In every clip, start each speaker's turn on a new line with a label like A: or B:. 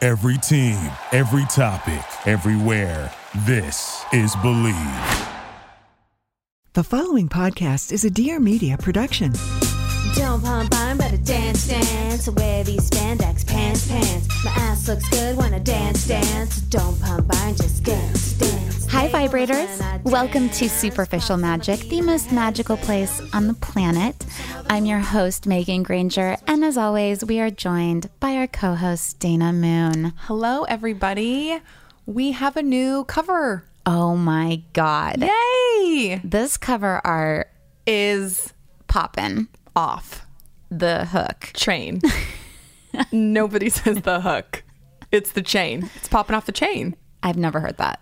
A: Every team, every topic, everywhere. This is Believe.
B: The following podcast is a Dear Media production.
C: Don't pump iron, but I dance, dance. I wear these spandex pants, pants. My ass looks good when I dance, dance. Don't pump iron, just dance, dance.
D: Hi, vibrators. Welcome to Superficial Magic, the most magical place on the planet. I'm your host, Megan Granger, and as always, we are joined by our co host, Dana Moon.
E: Hello, everybody. We have a new cover.
D: Oh my God.
E: Yay!
D: This cover art
E: Is
D: poppin'.
E: off
D: The hook.
E: chain. Nobody says the hook. It's the chain. It's popping off the chain.
D: I've never heard that.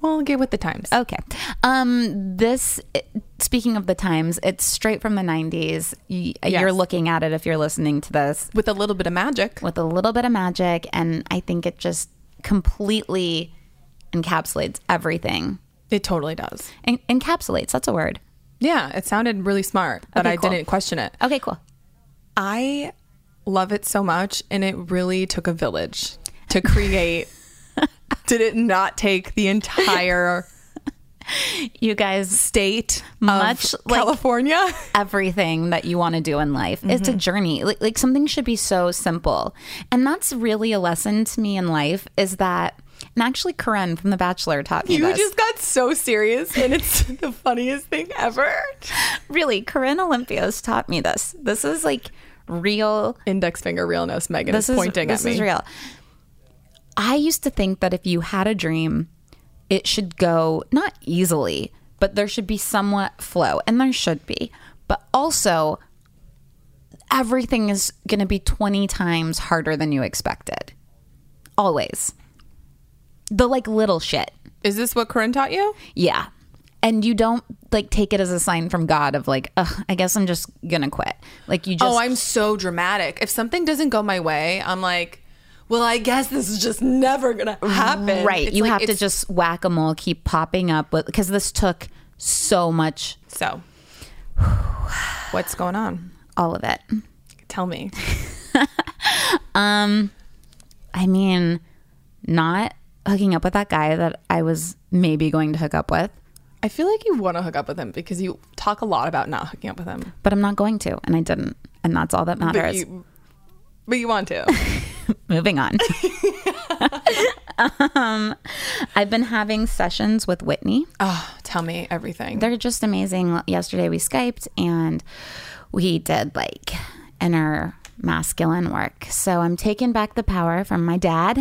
E: Well, get with the times.
D: Okay. Um, this, speaking of the times, it's straight from the 90s. Y- You're
E: Yes.
D: looking at it if you're listening to this.
E: With a little bit of magic.
D: with a little bit of magic and i think it just completely encapsulates everything
E: It totally does.
D: En- encapsulates that's a word
E: Yeah, it sounded really smart, but
D: Okay,
E: I
D: cool.
E: didn't question it.
D: okay cool
E: I love it so much, and it really took a village to create. Did it not take the entire
D: you guys
E: state
D: Much
E: of
D: like-
E: California?
D: everything that you want to do in life it's a journey like, like something should be so simple and that's really a lesson to me in life is that and actually Corinne from The Bachelor taught me
E: You
D: this.
E: just got so serious, and it's the funniest thing ever.
D: really, Corinne Olympios taught me this. This is like real
E: Index finger realness, Megan
D: this
E: is, pointing
D: is, this
E: at me.
D: is real. I used to think that if you had a dream, it should go not easily, but there should be somewhat flow, and there should be. But also, everything is going to be 20 times harder than you expected. Always. The like little shit.
E: Is this what Corinne taught you?
D: Yeah. And you don't like take it as a sign from God of like, Ugh, I guess I'm just going to quit. Like you just
E: Oh, I'm so dramatic. If something doesn't go my way, I'm like, well, I guess this is just never gonna happen.
D: Right.
E: It's
D: you
E: like-
D: have to
E: it's-
D: just whack a mole, keep popping up because this took so much,
E: so. What's going on?
D: all of it.
E: Tell me.
D: I mean, not hooking up with that guy that I was maybe going to hook up with,
E: I feel like you want to hook up with him because you talk a lot about not hooking up with him,
D: but I'm not going to. And I didn't. And that's all that
E: but
D: matters.
E: you, but you want to.
D: Moving on. um, I've been having sessions with Whitney.
E: oh, tell me everything.
D: they're just amazing. Yesterday we Skyped and we did like inner masculine work. So I'm taking back the power from my dad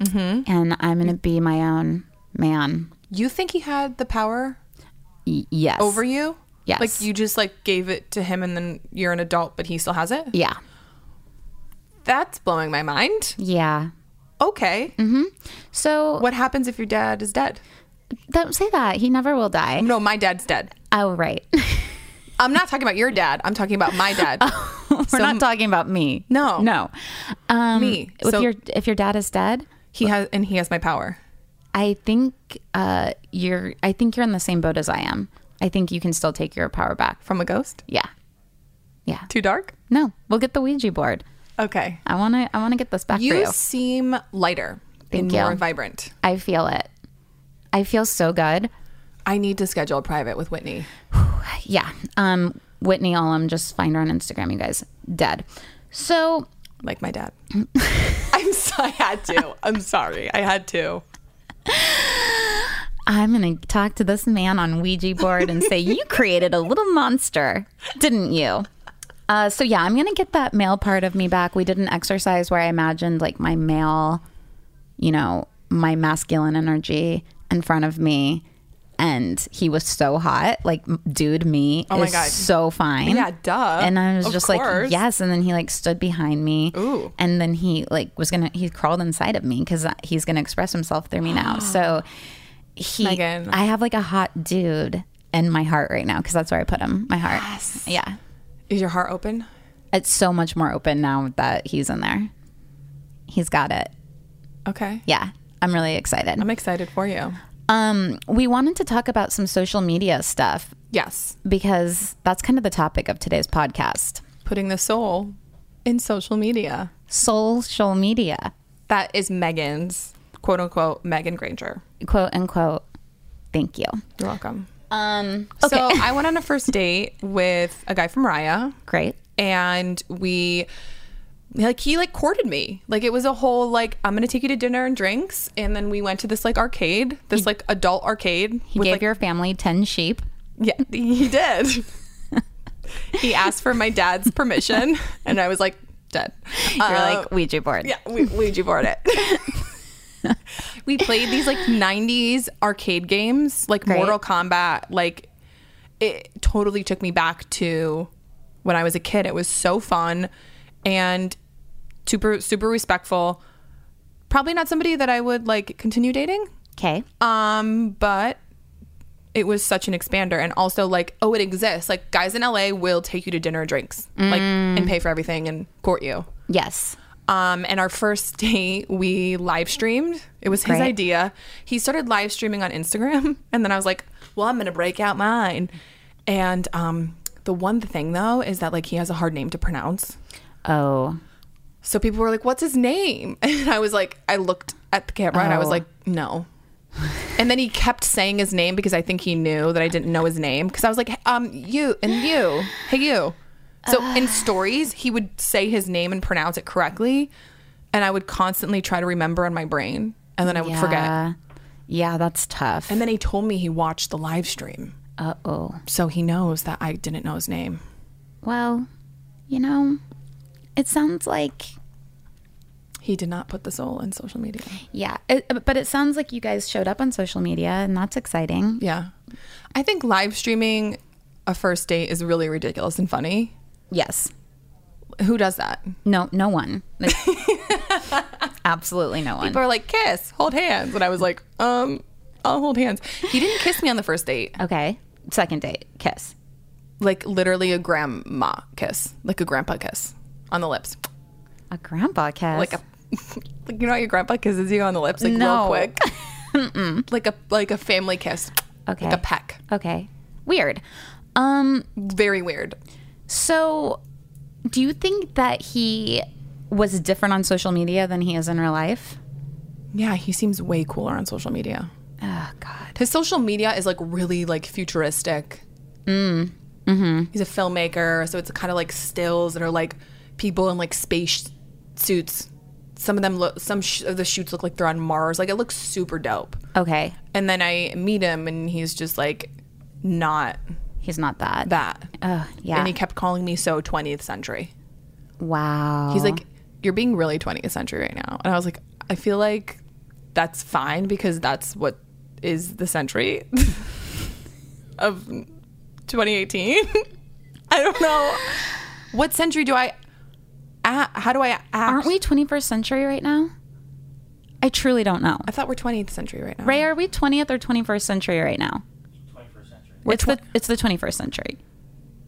E: Mm-hmm.
D: and I'm going to be my own man.
E: you think he had the power
D: Y- yes.
E: over you?
D: Yes.
E: Like you just like gave it to him and then you're an adult but he still has it?
D: Yeah.
E: That's blowing my mind.
D: Yeah.
E: Okay.
D: So
E: What happens if your dad is dead?
D: don't say that. He never will die.
E: No, my dad's dead.
D: Oh, right.
E: I'm not talking about your dad. I'm talking about my dad.
D: We're not talking about me.
E: No.
D: No. Um,
E: Me.
D: If,
E: So-
D: your, if your dad is dead,
E: he has and he has my power.
D: I think uh, you're. I think you're in the same boat as I am. I think you can still take your power back.
E: From a ghost?
D: Yeah. Yeah.
E: Too dark?
D: No, we'll get the Ouija board.
E: Okay.
D: I want to I want to get this back
E: You,
D: for you.
E: seem lighter
D: Thank
E: and
D: you.
E: more vibrant.
D: I feel it. I feel so good.
E: I need to schedule a private with Whitney.
D: Yeah. Um Whitney Olam just find her on Instagram, you guys. Dead. So,
E: Like my dad. I'm so, I had to. I'm sorry. I had to.
D: I'm going to talk to this man on Ouija board and say you created a little monster, didn't you? Uh, so yeah, I'm gonna get that male part of me back. We did an exercise where I imagined like my male, you know, my masculine energy in front of me, and he was so hot. Like, m- dude, me
E: Oh my
D: is
E: God.
D: so fine.
E: Yeah, duh.
D: And I was
E: Of
D: just like,
E: course.
D: yes. And then he like stood behind me,
E: Ooh.
D: and then he like was gonna he crawled inside of me because he's gonna express himself through me now. So he,
E: Megan.
D: I have like a hot dude in my heart right now because that's where I put him. My heart. Yeah
E: Is your heart open?
D: it's so much more open now that he's in there. He's got it.
E: Okay.
D: Yeah. I'm really excited.
E: I'm excited for you.
D: Um, we wanted to talk about some social media stuff
E: Yes.
D: because that's kind of the topic of today's podcast.
E: Putting the soul in social media.
D: Social media.
E: That is Megan's quote unquote Megan Granger.
D: Quote unquote. Thank you.
E: You're welcome.
D: Um.
E: So I went on a first date with a guy from Raya.
D: Great.
E: and we like he like courted me like it was a whole like i'm gonna take you to dinner and drinks and then we went to this like arcade this like adult arcade
D: He gave your family ten sheep.
E: yeah he did he asked for my dad's permission and i was like dead
D: You're
E: Uh,
D: like Ouija board.
E: yeah we, ouija board it we played these like 90s arcade games like
D: Great.
E: mortal kombat like it totally took me back to when i was a kid it was so fun and super super respectful probably not somebody that i would like continue dating
D: Okay.
E: um but it was such an expander and also like oh it exists like guys in la will take you to dinner and drinks like and pay for everything and court you
D: Yes.
E: um, and our first date, we live streamed. It was his
D: Great.
E: idea. He started live streaming on Instagram, and then I was like, "Well, I'm gonna break out mine." And um, the one thing though is that like he has a hard name to pronounce,
D: Oh.
E: so people were like, "What's his name?" And I was like, I looked at the camera and I was
D: Oh.
E: like, "No." and then he kept saying his name because I think he knew that I didn't know his name because I was like, "Hey, "Um, you and you, hey you." So in stories, he would say his name and pronounce it correctly, and I would constantly try to remember in my brain, and then I would forget.
D: Yeah. Yeah, that's tough.
E: And then he told me he watched the live stream,
D: Uh oh.
E: so he knows that I didn't know his name.
D: Well, you know, it sounds like
E: He did not put the soul in social media.
D: yeah, it, uh, but it sounds like you guys showed up on social media, and that's exciting.
E: Yeah. I think live streaming a first date is really ridiculous and funny.
D: Yes.
E: Who does that?
D: No. No one. Like, absolutely no one.
E: People are like, kiss, hold hands. And I was like, um, I'll hold hands. He didn't kiss me on the first date.
D: okay. Second date, kiss.
E: Like literally a grandma kiss, like a grandpa kiss on the lips.
D: A grandpa kiss.
E: Like a like you know how your grandpa kisses you on the lips like real
D: No.
E: quick. like a like a family kiss.
D: Okay.
E: Like a peck.
D: Okay. Weird. Um.
E: Very weird.
D: So, do you think that he was different on social media than he is in real life?
E: Yeah, he seems way cooler on social media.
D: Oh God.
E: His social media is like really like futuristic. Mm. Mm-hmm. He's a filmmaker, so it's kind of like stills that are like people in like space suits. Some of them look, some sh- of the shoots look like they're on Mars. Like it looks super dope.
D: Okay.
E: And then I meet him, and he's just like not
D: He's not that.
E: that.
D: Oh yeah.
E: And he kept calling me so 20th century.
D: wow.
E: He's like, "You're being really 20th century right now," and I was like, "I feel like that's fine because that's what is the century of 2018." I don't know what century do I. a how do I act?
D: Aren't we 21st century right now? I truly don't know.
E: I thought we're 20th century right now.
D: Ray, are we 20th or 21st century right now?
F: 21st century.
D: it's the it's the 21st century.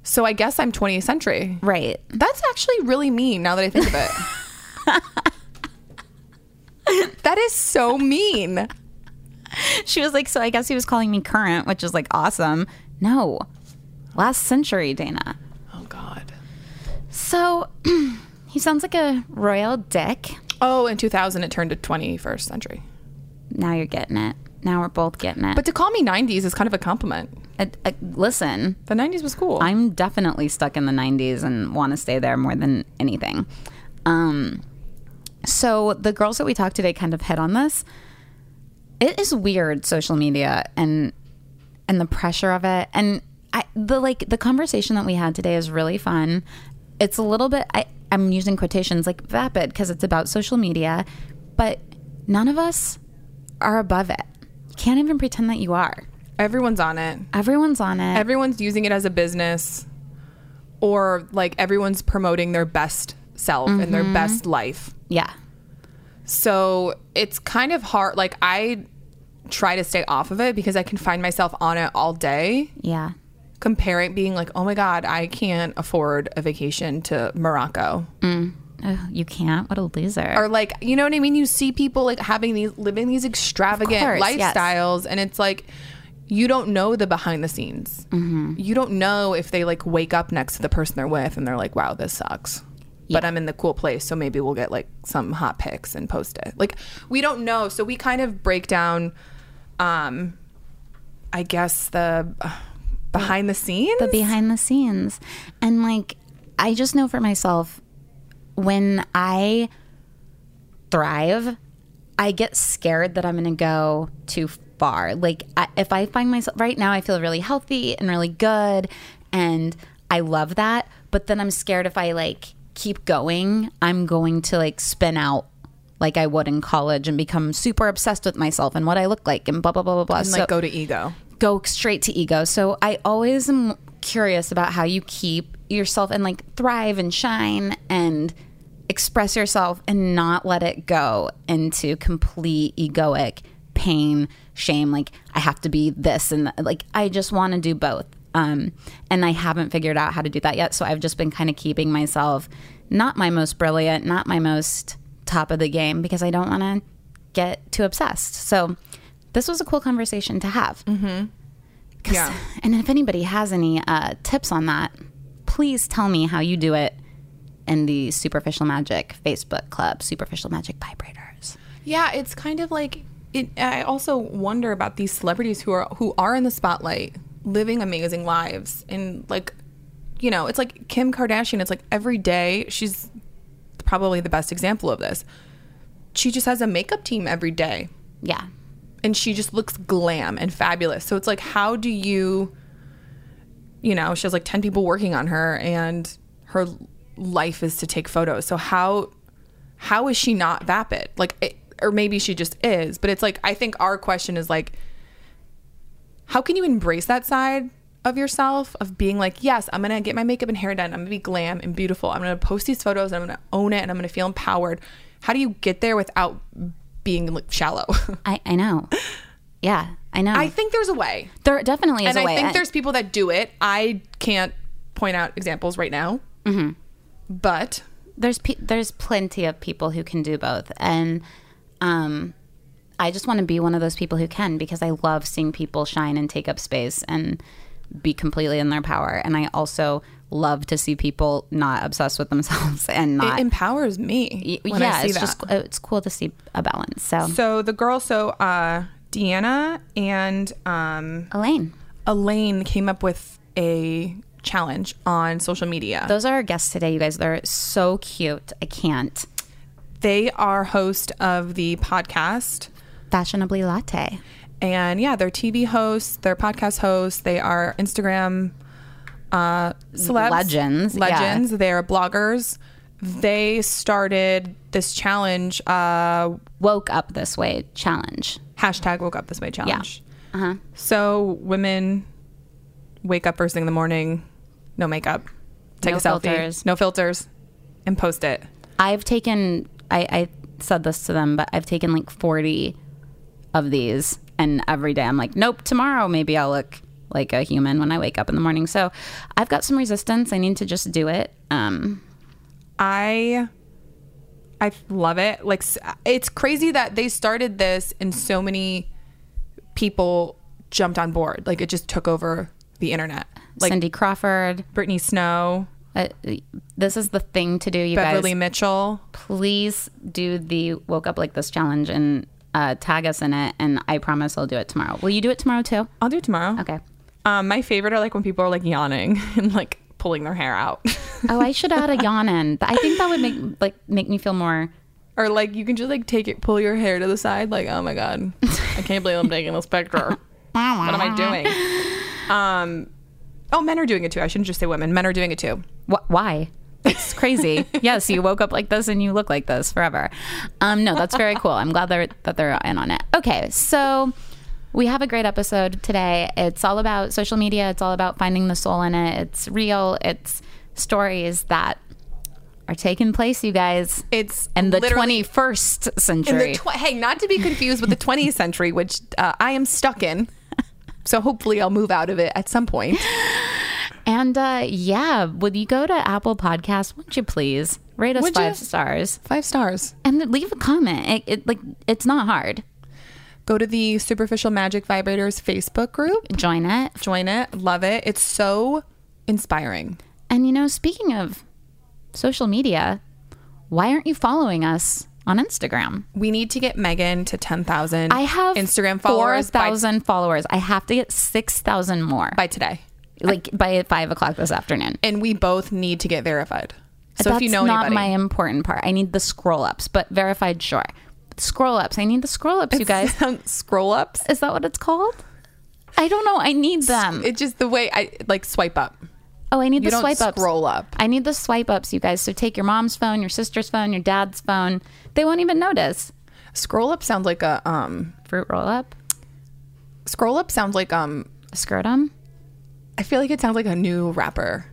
E: So I guess I'm 20th century.
D: Right.
E: That's actually really mean now that I think of it. that is so mean.
D: She was like, so I guess he was calling me current, which is like awesome. No. Last century, Dana.
E: Oh God.
D: So he sounds like a royal dick.
E: Oh, in 2000 it turned to 21st century.
D: Now you're getting it. Now we're both getting it.
E: But to call me 90s is kind of a compliment.
D: Uh, uh, listen,
E: The 90s was cool.
D: I'm definitely stuck in the 90s and want to stay there more than anything. Um, so the girls that we talked today kind of hit on this. It is weird social media and and the pressure of it and I the like the conversation that we had today is really fun. It's a little bit I I'm using quotations like vapid because it's about social media, but none of us are above it. You can't even pretend that you are.
E: Everyone's on it.
D: Everyone's on it.
E: Everyone's using it as a business or like everyone's promoting their best self and their best life.
D: yeah.
E: So it's kind of hard. Like I try to stay off of it because I can find myself on it all day
D: Yeah.
E: comparing being like, oh my God, I can't afford a vacation to Morocco.
D: Oh, you can't? What a loser.
E: or like you know what I mean. You see people like having these living these extravagant
D: Of course, yes.
E: lifestyles, and it's like you don't know the behind the
D: Mm-hmm.
E: scenes. You don't know if they like wake up next to the person they're with and they're like, "Wow, this sucks." but I'm in the cool place, so maybe we'll get like some hot pics and post it. Like we don't know, so we kind of break down, um, I guess the uh, behind the scenes.
D: the behind the scenes. And like, I just know for myself, when I thrive, I get scared that I'm going to go too far. Like, I, if I find myself right now, I feel really healthy and really good. And I love that. But then I'm scared if I like keep going, I'm going to like spin out like I would in college and become super obsessed with myself and what I look like and blah, blah, blah, blah, blah.
E: and, like go to ego.
D: go straight to ego. So I always am curious about how you keep yourself and like thrive and shine and express yourself and not let it go into complete egoic pain, shame. Like I have to be this and that. like I just want to do both. Um, and I haven't figured out how to do that yet. So I've just been kind of keeping myself not my most brilliant, not my most top of the game because I don't want to get too obsessed. So this was a cool conversation to have.
E: Yeah.
D: And if anybody has any uh, tips on that, please tell me how you do it in the Superficial Magic Facebook Club, Superficial Magic Vibrators.
E: Yeah, it's kind of like it. I also wonder about these celebrities who are who are in the spotlight, living amazing lives, and like, you know, it's like Kim Kardashian. It's like every day she's probably the best example of this. She just has a makeup team every day,
D: Yeah.
E: and she just looks glam and fabulous. So it's like, how do you, you know, she has like 10 people working on her and her life is to take photos. So how, how is she not vapid? Like, it, or maybe she just is, but it's like, I think our question is like, how can you embrace that side of yourself of being like, yes, I'm gonna get my makeup and hair done. I'm gonna be glam and beautiful. I'm gonna post these photos. I'm gonna own it and I'm gonna feel empowered. How do you get there without being like, shallow?
D: I, I know. Yeah, I know.
E: I think there's a way.
D: there definitely is
E: and
D: a
E: I
D: way.
E: think there's people that do it. I can't point out examples right now. Mm-hmm. But
D: there's pe- there's plenty of people who can do both, and um, I just want to be one of those people who can because I love seeing people shine and take up space and be completely in their power, and I also love to see people not obsessed with themselves and
E: it
D: not.
E: empowers me.
D: Y-
E: when
D: yeah,
E: I see
D: it's
E: that.
D: just it's cool to see a balance. So,
E: so the girl, so uh, Deanna and um,
D: Elaine,
E: Elaine came up with a challenge on social media.
D: those are our guests today, you guys. They're so cute. I can't.
E: they are host of the podcast.
D: Fashionably latte.
E: And yeah, they're TV hosts, they're podcast hosts, they are Instagram uh, celebs,
D: Legends, yeah.
E: legends. They are bloggers. They started this challenge, uh,
D: Woke up this way challenge.
E: hashtag Woke Up This Way challenge.
D: Uh-huh.
E: So women wake up first thing in the morning, no makeup, take
D: No
E: a selfie,
D: filters.
E: no filters, and post it.
D: I've taken. I, I said this to them, but I've taken like forty of these, and every day I'm like, nope. Tomorrow maybe I'll look like a human when I wake up in the morning. So I've got some resistance. I need to just do it. Um,
E: I I love it. Like s- it's crazy that they started this and so many people jumped on board. Like it just took over the internet. Like
D: Cindy Crawford.
E: Brittany Snow,
D: Uh, this is the thing to do, you guys.
E: Beverly Mitchell.
D: please do the woke up like this challenge and uh, tag us in it and i promise i'll do it tomorrow will you do it tomorrow too
E: I'll do it tomorrow.
D: okay
E: Um, my favorite are like when people are like yawning and like pulling their hair out.
D: oh i should add a yawn in i think that would make like make me feel more
E: or like you can just like take it, pull your hair to the side. Like, oh my god, I can't believe I'm taking this picture. what am I doing? Um, oh, men are doing it too. I shouldn't just say women. Men are doing it too.
D: wh- why it's crazy yes you woke up like this and you look like this forever um no that's very cool i'm glad they're, that they're in on it okay so we have a great episode today it's all about social media it's all about finding the soul in it it's real it's stories that are taking place you guys
E: It's
D: and the
E: literally-
D: twenty first
E: in
D: century.
E: the tw- hey, not to be confused with the 20th century, which uh, I am stuck in. So hopefully I'll move out of it at some point.
D: and uh, yeah, would you go to Apple Podcasts? Would you please rate us
E: Would
D: five
E: you?
D: stars
E: Five stars.
D: and then leave a comment? It, it like it's not hard.
E: Go to the Superficial Magic Vibrators Facebook group.
D: Join it.
E: Join it. Love it. It's so inspiring.
D: And you know, speaking of social media, why aren't you following us on Instagram?
E: We need to get Megan to 10,000
D: I have
E: Instagram followers by-
D: 4,000 followers. I have to get 6,000 more
E: by today.
D: like by 5 o'clock this afternoon.
E: And we both need to get verified. So
D: That's
E: if you know
D: not
E: anybody,
D: my important part. I need the scroll ups, but verified, sure. Scroll ups. I need the scroll ups, you guys.
E: scroll ups.
D: Is that what it's called? I don't know. I need them.
E: It's just the way I like swipe up.
D: Oh, I need
E: You
D: the
E: don't
D: swipe ups.
E: scroll up.
D: I need the swipe ups, you guys. So take your mom's phone, your sister's phone, your dad's phone. They won't even notice.
E: Scroll up sounds like a um.
D: Fruit roll up,
E: Scroll up sounds like um.
D: a scrotum.
E: I feel like it sounds like a new rapper.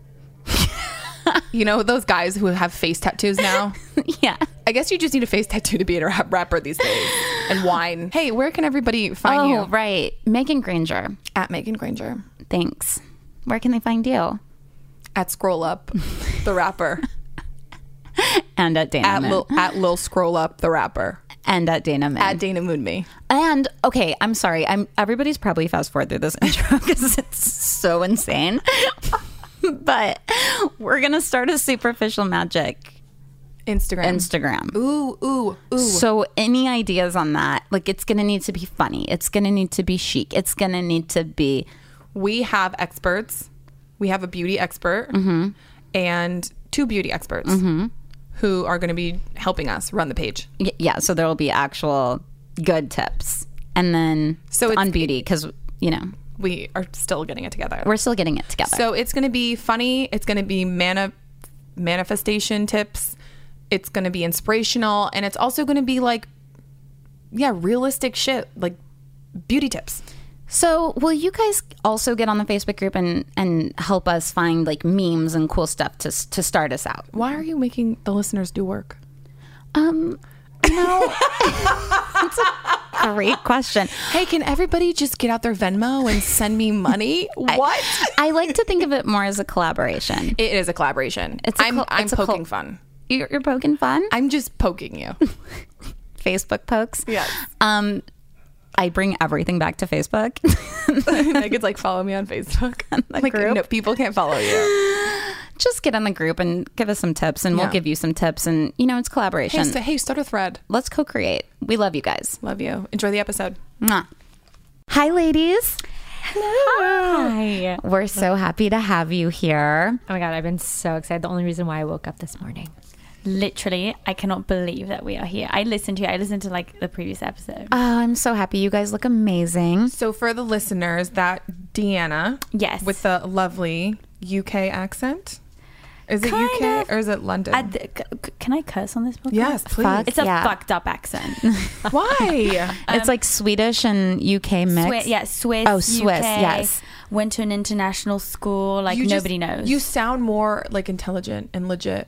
E: you know those guys who have face tattoos now.
D: yeah.
E: I guess you just need a face tattoo to be a rap- rapper these days. And wine. Hey, where can everybody find
D: Oh,
E: you?
D: right. Megan Granger.
E: At Megan Granger.
D: Thanks. Where can they find you?
E: At Scroll Up, the rapper.
D: And at Dana.
E: at
D: Moon.
E: Lil at Lil Scroll Up, the rapper.
D: and at Dana. Moon.
E: At Dana Moon Me.
D: And okay, I'm sorry. I'm everybody's probably fast forward through this intro because it's so insane. but we're gonna start a superficial magic
E: Instagram.
D: Instagram.
E: ooh, ooh, ooh.
D: So any ideas on that? Like it's going to need to be funny. It's going to need to be chic. It's going to need to be
E: We have experts. We have a beauty expert and two beauty experts who are going to be helping us run the page.
D: y- yeah, so there will be actual good tips. And then
E: So
D: so
E: it's-
D: on beauty cuz you know,
E: We are still getting it together.
D: we're still getting it together.
E: So it's going to be funny. It's going to be mani- manifestation tips. It's going to be inspirational. And it's also going to be like, yeah, realistic shit, like beauty tips.
D: So, will you guys also get on the Facebook group and and help us find like memes and cool stuff to s- to start us out?
E: Why are you making the listeners do work?
D: Um, you know, that's a great question.
E: Hey, can everybody just get out their Venmo and send me money? what?
D: I like to think of it more as a collaboration.
E: It is a collaboration.
D: It's
E: It's
D: a
E: i I'm,
D: col-
E: I'm
D: it's a col-
E: poking fun.
D: You're, you're poking fun.
E: I'm just poking you.
D: Facebook pokes.
E: Yes.
D: Um, I bring everything back to Facebook.
E: Megan's like, follow me on Facebook. like,
D: group.
E: no, people can't follow you.
D: Just get in the group and give us some tips, and we'll
E: Yeah.
D: give you some tips. And you know, it's
E: Hey,
D: collaboration.
E: st- hey, start a thread.
D: Let's co-create. We love you guys.
E: Love you. Enjoy the episode.
D: Mwah. Hi, ladies. Hello.
F: Hi. Oh
D: We're so happy to have you here.
F: my god, I've been so excited. The only reason why I woke up this morning. Literally, I cannot believe that we are here. I listened to you. I listened to like the previous episode.
D: Oh, I'm so happy. You guys look amazing.
E: So for the listeners, that Deanna,
F: Yes.
E: with the lovely UK accent, is it
F: Kind
E: UK
F: of.
E: or is it London?
F: I d- c- c- can I curse on this podcast?
E: yes, please.
D: Fuck.
F: It's a
D: Yeah.
F: fucked up accent.
E: Why?
D: it's like Swedish and UK mix.
F: Swi- yeah, Swiss.
D: Oh, Um, Swiss,
F: UK,
D: yes.
F: Went to an international school. Like
E: You just-
F: nobody knows.
E: You sound more like intelligent and legit,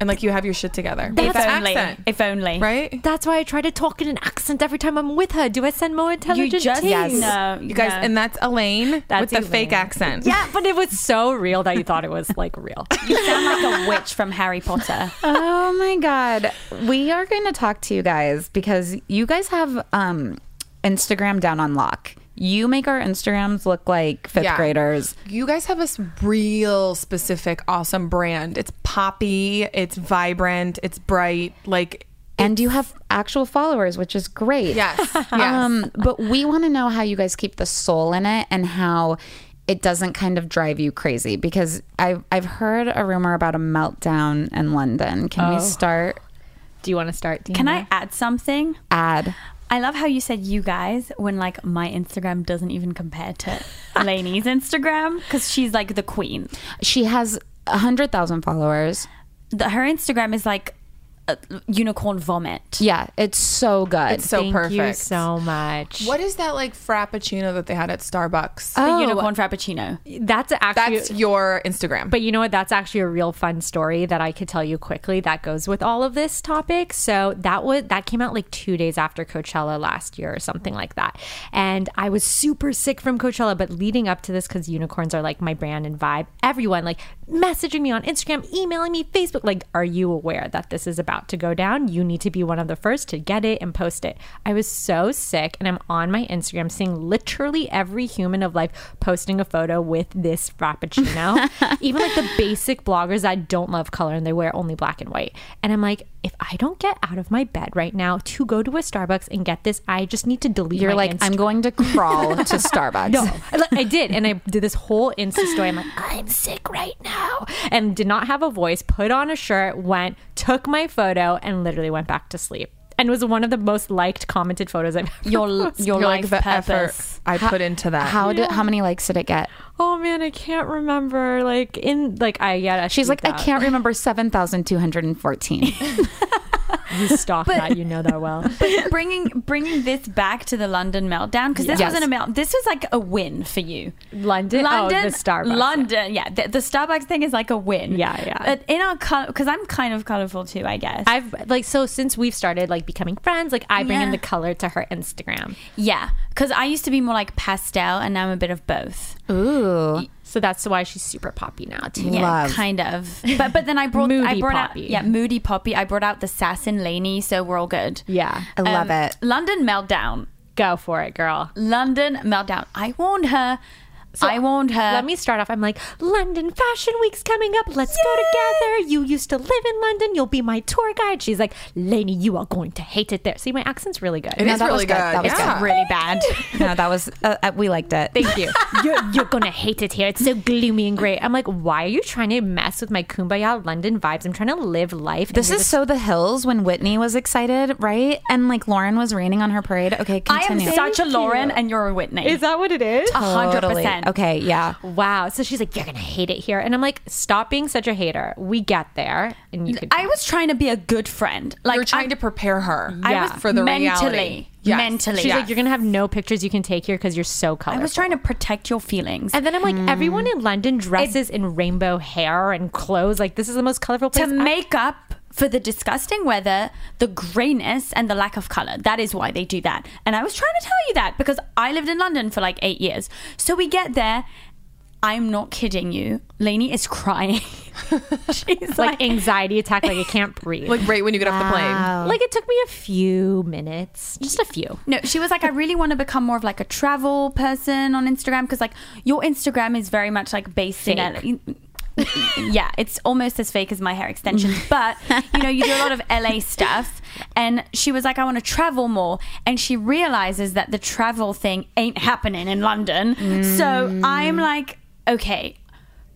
E: and like you have your shit together with
F: if
E: that
F: only.
E: accent,
F: If only.
E: right?
G: That's why I try to talk in an accent every time I'm with her. Do I send more
F: You
G: intelligent?
F: just
G: tea?
D: Yes.
F: no,
E: You guys,
F: no.
E: and that's Elaine
F: That's
E: with the fake
F: Elaine.
E: accent.
G: Yeah, Ah, but it was so real that you thought it was like real.
F: you sound like a witch from Harry Potter.
D: oh my god. We are going to talk to you guys because you guys have um Instagram down on lock. You make our Instagrams look like fifth
E: Yeah.
D: graders.
E: You guys have this real specific awesome brand. It's poppy, it's vibrant, it's bright. Like,
D: And you have actual followers, which is great.
E: yes, yes.
D: Um, but we want to know how you guys keep the soul in it and how it doesn't kind of drive you crazy because I've, I've heard a rumor about a meltdown in London. Can we start
G: Do you want to start?
F: Can I add something?
D: ad?
F: I love how you said you guys when like my Instagram doesn't even compare to Lainey's Instagram because she's like the queen.
D: She has 100,000 followers.
F: The, her Instagram is like a unicorn vomit.
D: Yeah, it's so good.
E: It's so
G: Thank you
E: perfect.
G: so much.
E: what is that like frappuccino that they had at Starbucks?
G: Oh.
F: The unicorn frappuccino.
G: That's actually.
E: That's your Instagram.
G: but you know what? That's actually a real fun story that I could tell you quickly. That goes with all of this topic. So that was that came out like two days after Coachella last year or something like that. And I was super sick from Coachella, but leading up to this, because unicorns are like my brand and vibe. Everyone like messaging me on Instagram, emailing me, Facebook. Like, are you aware that this is about? about to go down, you need to be one of the first to get it and post it. I was so sick, and I'm on my Instagram seeing literally every human of life posting a photo with this Frappuccino, even like the basic bloggers that don't love color and they wear only black and white. And I'm like, if I don't get out of my bed right now to go to a Starbucks and get this, I just need to delete.
D: You're
G: my
D: like,
G: Insta-
D: I'm going to crawl to Starbucks.
G: no, I, like, I did, and I did this whole Insta story. I'm like, I'm sick right now, and did not have a voice. Put on a shirt, went, took my photo, and literally went back to sleep. And it was one of the most liked, commented photos I've ever.
F: Your
G: posted.
F: your
E: You're
F: life
E: like the
F: purpose.
E: effort I put into that.
D: How did how many likes did it get?
G: oh man, I can't remember. Like in like I yeah,
D: She's like, I can't remember seven thousand two hundred and fourteen.
G: You stalk that, you know that well.
F: bringing bringing this back to the London meltdown because this
D: Yes.
F: wasn't a melt. This was like a win for you.
G: London, oh, the Starbucks.
F: London, yeah. The, the Starbucks thing is like a win.
G: Yeah, yeah.
F: But in our color, because I'm kind of colorful too, I guess.
G: I've like so since we've started like becoming friends, like I bring in
F: Yeah.
G: the color to her Instagram.
F: yeah, because I used to be more like pastel, and now I'm a bit of both.
D: Ooh,
G: So that's why she's super poppy now too.
F: Yeah,
D: Love.
F: kind of. But but then I brought I
G: Moody
F: brought
G: Poppy.
F: out yeah moody poppy. I brought out the Sassin Laney, so we're all good.
G: Yeah.
D: I love
F: Um,
D: it.
F: London meltdown.
G: Go for it, girl.
F: London meltdown. I warned her. I warned her.
G: Let me start off. I'm like, London Fashion Week's coming up. Let's go together. You used to live in London. You'll be my tour guide. She's like, Lainey, you are going to hate it there. See, my accent's really good.
E: It
D: No,
E: is
D: that was
E: really
D: good.
E: good.
D: That was
E: yeah.
D: good.
F: really bad.
D: no, that was uh, uh, we liked it.
G: Thank you. you're you're going to hate it here. It's so gloomy and gray. I'm like, why are you trying to mess with my kumbaya London vibes? I'm trying to live life. and
D: This
G: you're
D: is
G: just-
D: so the hills when Whitney was excited, right? And like Lauren was raining on her parade. Okay,
F: I am
D: continue.
F: such a Lauren, and you're a Whitney.
G: Is that what it is?
F: A hundred percent.
D: Okay, yeah.
G: Oh, Wow. So she's like, you're going to hate it here. And I'm like, stop being such a hater. We get there. And you could.
F: I was trying to be a good friend. Like
E: You're trying to
F: I,
E: prepare her
F: I was
E: for the
F: mentally,
E: reality. Yes.
F: mentally.
G: She's like, you're going to have no pictures you can take here because you're so colorful.
F: I was trying to protect your feelings.
G: And then I'm like, everyone in London dresses in rainbow hair and clothes. Like, this is the most colorful place.
F: to
G: I-
F: make up for the disgusting weather, the grayness, and the lack of color. That is why they do that. And I was trying to tell you that because I lived in London for like eight years. So we get there. I'm not kidding you. Lainey is crying. She's
G: like anxiety attack, like I can't breathe. like,
E: Like right when you get off the plane.
G: it took me a few minutes, just a few.
F: No, she was like, I really want to become more of like a travel person on Instagram because like your Instagram is very much like based in LA. yeah, it's almost as fake as my hair extensions, but you know, you do a lot of LA stuff. And she was like, I want to travel more. And she realizes that the travel thing ain't happening in London. So I'm like, okay,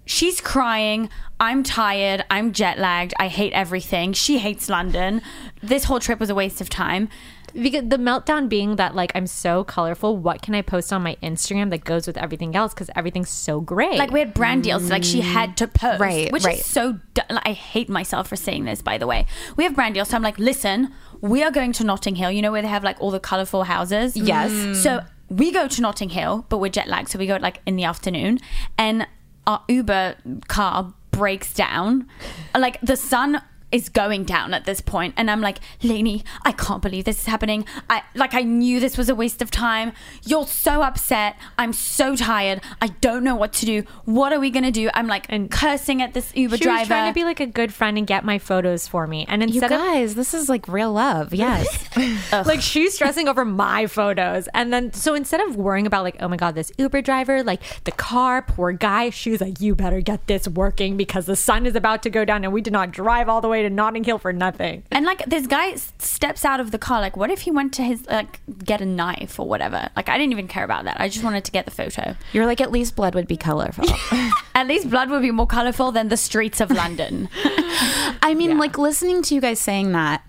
F: she's crying. I'm tired. I'm jet lagged. I hate everything. She hates London. This whole trip was a waste of time.
G: Because the meltdown being that, like, I'm so colorful. What can I post on my Instagram that goes with everything else? Because everything's so gray.
F: like we had brand deals like she had to post
D: Right,
F: which
D: right.
F: is so du- like, i hate myself for saying this by the way we have brand deals so i'm like listen we are going to notting hill you know where they have like all the colorful houses
D: Yes. Mm.
F: so we go to notting hill but we're jet lagged so we go like in the afternoon and our uber car breaks down like the sun is going down at this point and i'm like laney i can't believe this is happening i like i knew this was a waste of time you're so upset i'm so tired i don't know what to do what are we gonna do i'm like cursing at this uber
G: she
F: driver
G: was trying to be like a good friend and get my photos for me, and
D: You
G: instead of
D: guys, this is like real love. Yes.
G: like she's stressing over my photos and then so instead of worrying about like oh my god this uber driver like the car poor guy she was like you better get this working because the sun is about to go down and we did not drive all the way to notting hill for nothing
F: and like this guy s- steps out of the car like what if he went to his like get a knife or whatever like i didn't even care about that i just wanted to get the photo
D: You're like, at least blood would be colorful.
F: at least blood would be more colorful than the streets of london
D: I mean, like listening to you guys saying that,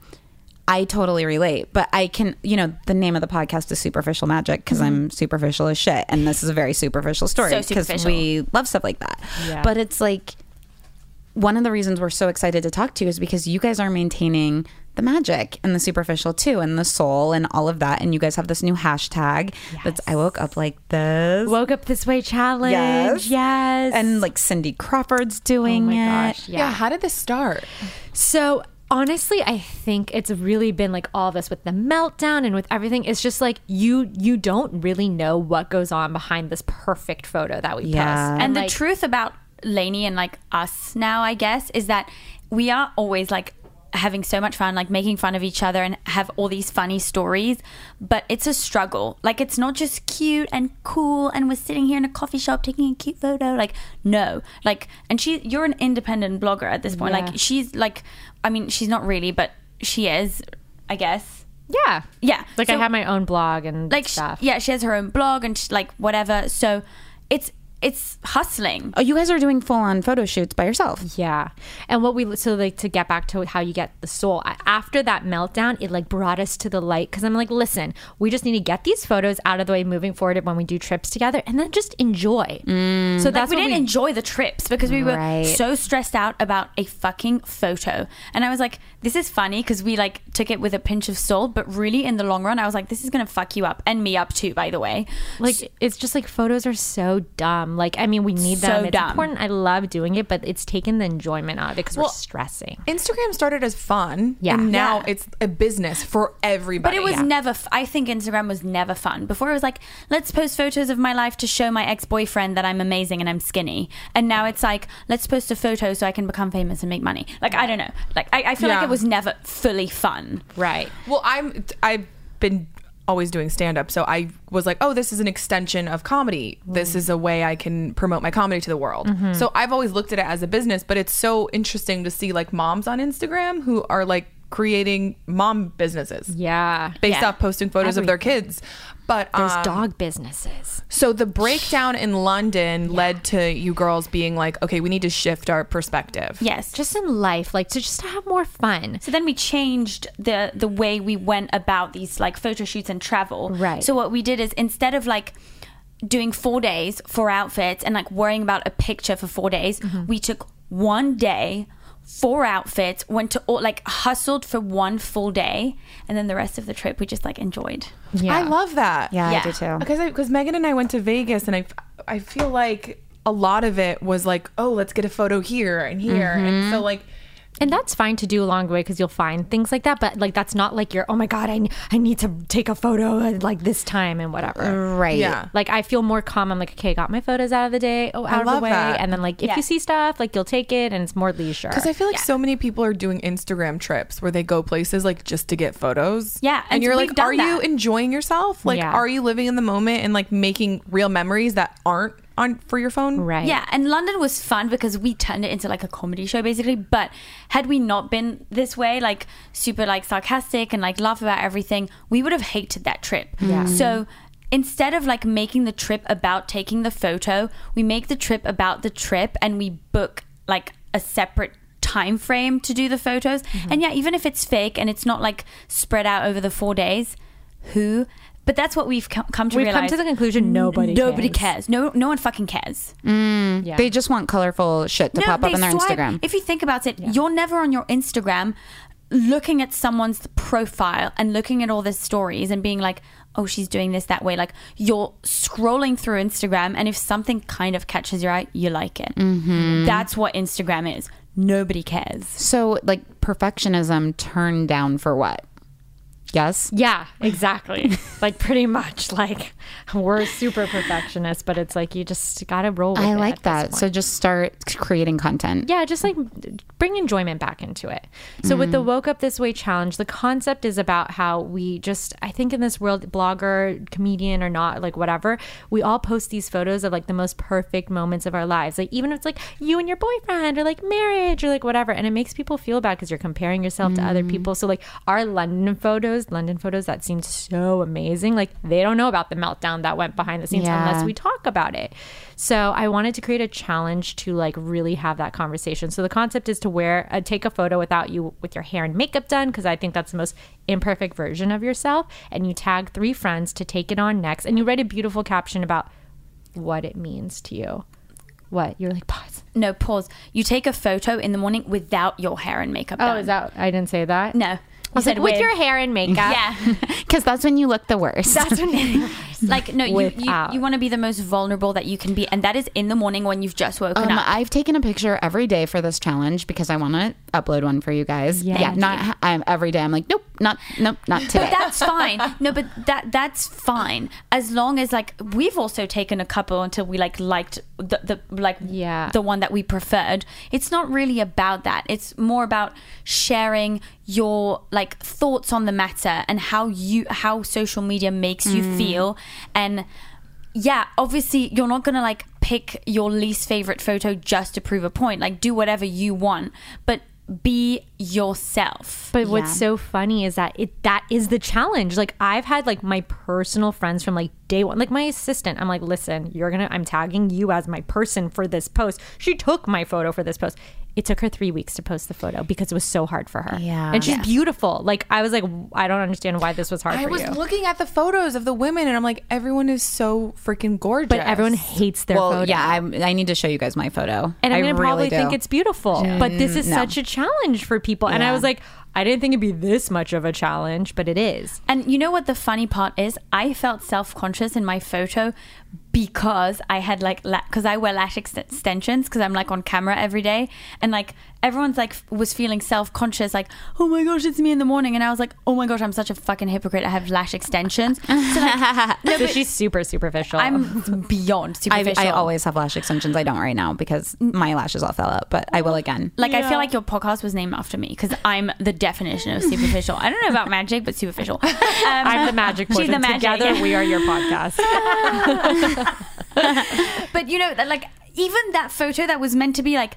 D: I totally relate. But I can, you know, the name of the podcast is Superficial Magic because
G: Mm-hmm.
D: I'm superficial as shit, and this is a very superficial story
F: So
D: because
F: superficial.
D: we love stuff like that. But it's like one of the reasons we're so excited to talk to you is because you guys are maintaining the magic and the superficial too and the soul and all of that and you guys have this new hashtag that's i woke up like this
G: woke up this way challenge yes,
D: and like cindy crawford's doing
G: oh my
D: it
G: gosh
E: Yeah. How did this start?
G: So honestly, I think it's really been like all this with the meltdown and with everything. It's just like you you don't really know what goes on behind this perfect photo that we
D: Yeah.
G: post.
F: And
G: like,
F: the truth about Lainey and like us now, I guess, is that we are always like having so much fun, like making fun of each other and have all these funny stories. But it's a struggle. Like it's not just cute and cool and we're sitting here in a coffee shop taking a cute photo. Like, no. Like and she you're an independent blogger at this point.
G: Yeah.
F: Like she's like I mean, she's not really, but she is, I guess.
G: Yeah.
F: Yeah.
G: Like I
F: So-
G: have my own blog and
F: like sh-
G: stuff.
F: yeah, she has her own blog and sh like whatever. So it's it's hustling.
D: Oh, you guys are doing full on photo shoots by yourself.
G: Yeah. And what we, so like to get back to how you get the soul, I- after that meltdown, it like brought us to the light. Cause I'm like, listen, we just need to get these photos out of the way moving forward when we do trips together and then just enjoy. So that's
F: we
G: what
F: didn't
G: we,
F: enjoy the trips because we were
D: Right.
F: so stressed out about a fucking photo. And I was like, this is funny because we like took it with a pinch of salt, but really in the long run, I was like, this is gonna fuck you up and me up too, by the way.
G: like, it's just like photos are so dumb. Like, I mean, we need
F: So
G: them. It's
F: dumb.
G: important. I love doing it, but it's taken the enjoyment out of it because we're
E: Well,
G: stressing.
E: Instagram started as fun.
G: Yeah.
E: And now
F: Yeah.
E: it's a business for
F: But
E: everybody.
F: it was never. F- I think Instagram was never fun. Before it was like, let's post photos of my life to show my ex-boyfriend that I'm amazing and I'm skinny. And now it's like, let's post a photo so I can become famous and make money. Like I don't know. Like I, I feel like
E: Yeah.
F: it was never fully fun.
G: Right.
E: Well, I'm I've been always doing stand up, so I was like, oh, this is an extension of comedy. This is a way I can promote my comedy to the world. So I've always looked at it as a business, but it's so interesting to see like moms on Instagram who are like creating mom businesses.
G: Yeah.
E: Based
F: Yeah.
E: off posting photos of their kids, but
G: Those
E: um,
G: dog businesses.
E: so the breakdown in London led to you girls being like, okay, we need to shift our perspective.
F: Yes.
G: Just in life, like to just have more fun.
F: So then we changed the the way we went about these like photo shoots and travel.
G: Right.
F: So what we did is instead of like doing four days, four outfits, and like worrying about a picture for four days, we took one day, four outfits, went to all like hustled for one full day, and then the rest of the trip we just like enjoyed.
G: Yeah.
E: I love that.
D: Yeah,
F: Yeah.
D: I do too.
E: because because Megan and I went to Vegas, and I I feel like a lot of it was like, oh, let's get a photo here and here, and so like.
G: And that's fine to do along the way because you'll find things like that. But like that's not like your oh my god, I, I need to take a photo uh, like this time and whatever.
D: Right.
E: Yeah.
G: Like I feel more calm. I'm like okay, got my photos out of the day. Oh, out of the
E: love
G: way.
E: that.
G: And then like if
F: Yeah.
G: you see stuff, like you'll take it, and it's more leisure.
E: Because I feel like so many people are doing Instagram trips where they go places like just to get photos.
F: Yeah,
E: and,
F: and
E: you're
F: we've
E: like,
F: done
E: are you
F: that.
E: enjoying yourself? Like,
G: Yeah.
E: are you living in the moment and like making real memories that aren't on for your phone?
G: right.
F: Yeah, and London was fun because we turned it into like a comedy show basically. But had we not been this way, like super like sarcastic and like laugh about everything, we would have hated that trip. Yeah.
G: Mm.
F: So instead of like making the trip about taking the photo, we make the trip about the trip and we book like a separate time frame to do the photos.
G: Mm-hmm.
F: And yeah, even if it's fake and it's not like spread out over the four days, who but that's what we've come, come to
G: We've come
F: realize.
G: to the conclusion nobody
F: nobody
G: cares.
F: cares. No, no one fucking cares
D: They just want colorful shit to pop up
F: they
D: on their
F: swipe.
D: Instagram.
F: If you think about it, you're never on your Instagram looking at someone's profile and looking at all their stories and being like, oh, she's doing this that way. Like you're scrolling through Instagram, and if something kind of catches your eye, you like it.
D: Mm-hmm.
F: That's what Instagram is. Nobody cares.
D: so, like, perfectionism turned down for what? Yes.
G: Yeah, exactly. like pretty much like we're super perfectionists, but it's like you just gotta roll. with
D: I
G: it
D: like
G: at this
D: that.
G: point.
D: So just start creating content.
G: yeah, just like bring enjoyment back into it. So with the woke up this way challenge, the concept is about how we just I think in this world blogger, comedian or not, like whatever, we all post these photos of like the most perfect moments of our lives. Like even if it's like you and your boyfriend or like marriage or like whatever and it makes people feel bad cuz you're comparing yourself to other people. So like our London photos, London photos that seemed so amazing, like they don't know about the meltdown that went behind the scenes
D: Yeah.
G: unless we talk about it. So I wanted to create a challenge to like really have that conversation. So the concept is to wear uh, take a photo without you with your hair and makeup done because I think that's the most imperfect version of yourself and you tag three friends to take it on next and you write a beautiful caption about what it means to you. What? You're like pause.
F: No, pause. You take a photo in the morning without your hair and
D: Oh,
F: makeup. done.
G: Oh, that I didn't say that?
F: no?
G: I was like with your hair and makeup.
F: Yeah.
D: Because that's when you look the worst.
G: That's what
D: hours.
F: Like no, you you,
G: Without.
F: you want to be the most vulnerable that you can be, and that is in the morning when you've just woken
D: Um,
F: up.
D: I've taken a picture every day for this challenge because I want to upload one for you guys. Yeah, not I'm, every day. I'm like, nope, not nope, not today.
F: but that's fine. No, but that that's fine as long as like we've also taken a couple until we like liked the, the like
G: Yeah.
F: the one that we preferred. It's not really about that. It's more about sharing your like thoughts on the matter and how you how social media makes you feel and yeah, obviously you're not gonna like pick your least favorite photo just to prove a point. Like do whatever you want, but be yourself.
G: But what's so funny is that it that is the challenge. Like I've had like my personal friends from like day one, like my assistant. I'm like, listen, you're gonna. I'm tagging you as my person for this post. She took my photo for this post. It took her three weeks to post the photo because it was so hard for her.
D: Yeah.
G: and she's beautiful. Like I was like, I don't understand why this was hard
E: I
G: for
E: was
G: you.
E: looking at the photos of the women, and I'm like, everyone is so freaking gorgeous.
G: but everyone hates their
D: well,
G: photo.
D: Oh, yeah, I'm, I need to show you guys my photo.
G: and I'm
D: I
G: gonna
D: really
G: probably
D: do.
G: think it's beautiful. But this is
D: no.
G: such a challenge for people. And I
D: Yeah.
G: was like, I didn't think it'd be this much of a challenge, but it is.
F: And you know what the funny part is? I felt self conscious in my photo because I had like, because I wear lash ex- extensions because I'm like on camera every day. And like everyone's like, f- was feeling self conscious, like, oh my gosh, it's me in the morning. And I was like, oh my gosh, I'm such a fucking hypocrite. I have lash extensions. So like, no,
G: so
F: but
G: she's super superficial.
F: I'm beyond
D: I,
F: superficial.
D: I always have lash extensions. I don't right now because my lashes all fell out, but I will again.
F: Like I feel like your podcast was named after me because I'm the definition of superficial. I don't know about magic, but superficial. Um,
G: I'm the magic
F: she's
G: portion.
F: the magic.
G: Together we are your podcast.
F: but you know that like even that photo that was meant to be like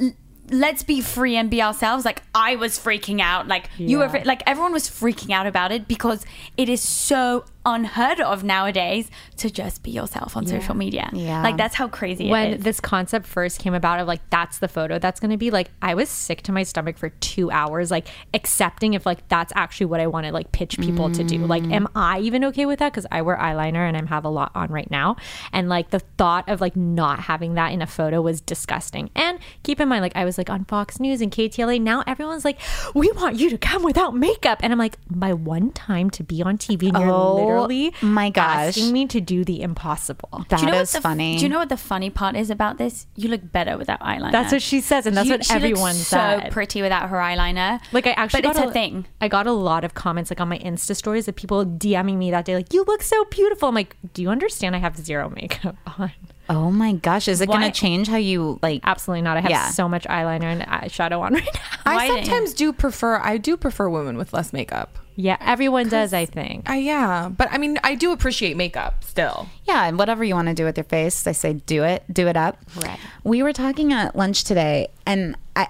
F: l- let's be free and be ourselves like i was freaking out like you were
G: Yeah.
F: fre- like everyone was freaking out about it because it is so unheard of nowadays to just be yourself on social media
D: Yeah.
F: like that's how crazy it
G: when
F: is.
G: this concept first came about of like that's the photo that's going to be like I was sick to my stomach for 2 hours like accepting if like that's actually what I want to like pitch people to do like
D: Mm.
G: am I even okay with that cuz I wear eyeliner and I have a lot on right now and like the thought of like not having that in a photo was disgusting and keep in mind like I was like on Fox News and KTLA now everyone's like we want you to come without makeup and I'm like my one time to be on TV and
D: Oh,
G: you're literally
D: my gosh.
G: asking me to do the impossible
D: That is
F: do you know what the f-
D: funny.
F: do you know what the funny part is about this? You look better without eyeliner.
G: That's what she says, and that's
F: You-
G: what
F: she looks
G: everyone
F: so
G: said.
F: pretty without her eyeliner.
G: Like I actually,
F: but it's
G: got
F: a thing.
G: I got a lot of comments like on my Insta stories of people DMing me that day, like "You look so beautiful." I'm like, "Do you understand? I have zero makeup on.
D: oh my gosh, is it going
F: Why-
D: to change how you like?
G: Absolutely not. I have
D: Yeah.
G: so much eyeliner and eyeshadow on right now.
E: I
F: Why didn't-
E: sometimes do prefer. I do prefer women with less makeup.
G: Yeah, everyone does. I think.
E: I yeah, but I mean, I do appreciate makeup still.
D: Yeah, and whatever you want to do with your face, I say do it, do it up. Right. We were talking at lunch today, and I,